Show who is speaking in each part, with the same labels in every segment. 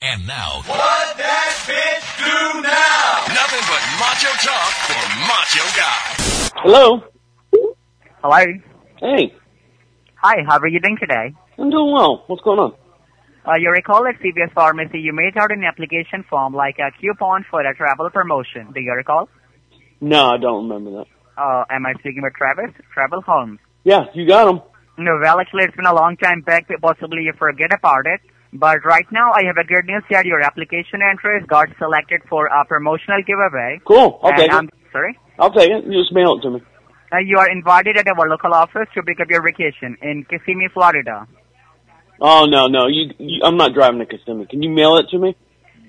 Speaker 1: And now,
Speaker 2: What that bitch do now?
Speaker 1: nothing but macho talk for macho guys.
Speaker 3: Hello.
Speaker 4: Hello.
Speaker 3: Hey,
Speaker 4: Hi, how are you doing today?
Speaker 3: I'm doing well. What's going on?
Speaker 4: Uh, you recall at CVS Pharmacy, you made out an application form like a coupon for a travel promotion. Do you recall?
Speaker 3: No, I don't remember that.
Speaker 4: Uh, am I speaking with Travis? Travel Holmes.
Speaker 3: Yeah, you got him.
Speaker 4: No, well, actually, it's been a long time back. Possibly you forget about it. But right now, I have a good news here. Your application entries got selected for a promotional giveaway.
Speaker 3: Cool. I'll
Speaker 4: And
Speaker 3: take
Speaker 4: I'm
Speaker 3: it.
Speaker 4: sorry.
Speaker 3: I'll take it. You just mail it to me.
Speaker 4: Uh, you are invited at our local office to pick up your vacation in Kissimmee, Florida.
Speaker 3: Oh no, no, you, you I'm not driving to Kissimmee. Can you mail it to me?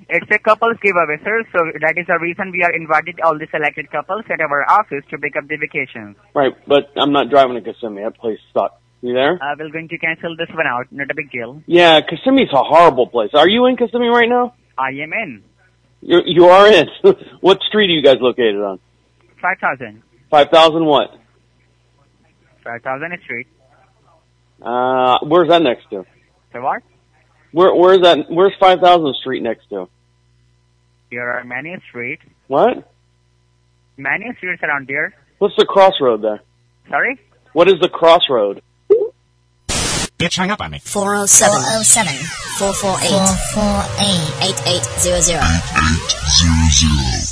Speaker 4: It's a couples giveaway, sir. So that is the reason we are invited all the selected couples at our office to pick up the vacations.
Speaker 3: Right, but I'm not driving to Kissimmee. That place sucks. You there?
Speaker 4: Uh, we're going to cancel this one out. Not a big deal.
Speaker 3: Yeah, Kissimmee's a horrible place. Are you in Kissimmee right now?
Speaker 4: I am in.
Speaker 3: You you are in. what street are you guys located on?
Speaker 4: 5,000.
Speaker 3: Five thousand what?
Speaker 4: 5,000 is street.
Speaker 3: Uh, where's that next to?
Speaker 4: So what?
Speaker 3: Where where's that? Where's five thousand street next to?
Speaker 4: There are many streets.
Speaker 3: What?
Speaker 4: Many streets around here.
Speaker 3: What's the crossroad there?
Speaker 4: Sorry?
Speaker 3: What is the crossroad?
Speaker 5: 407 407 448 448 8800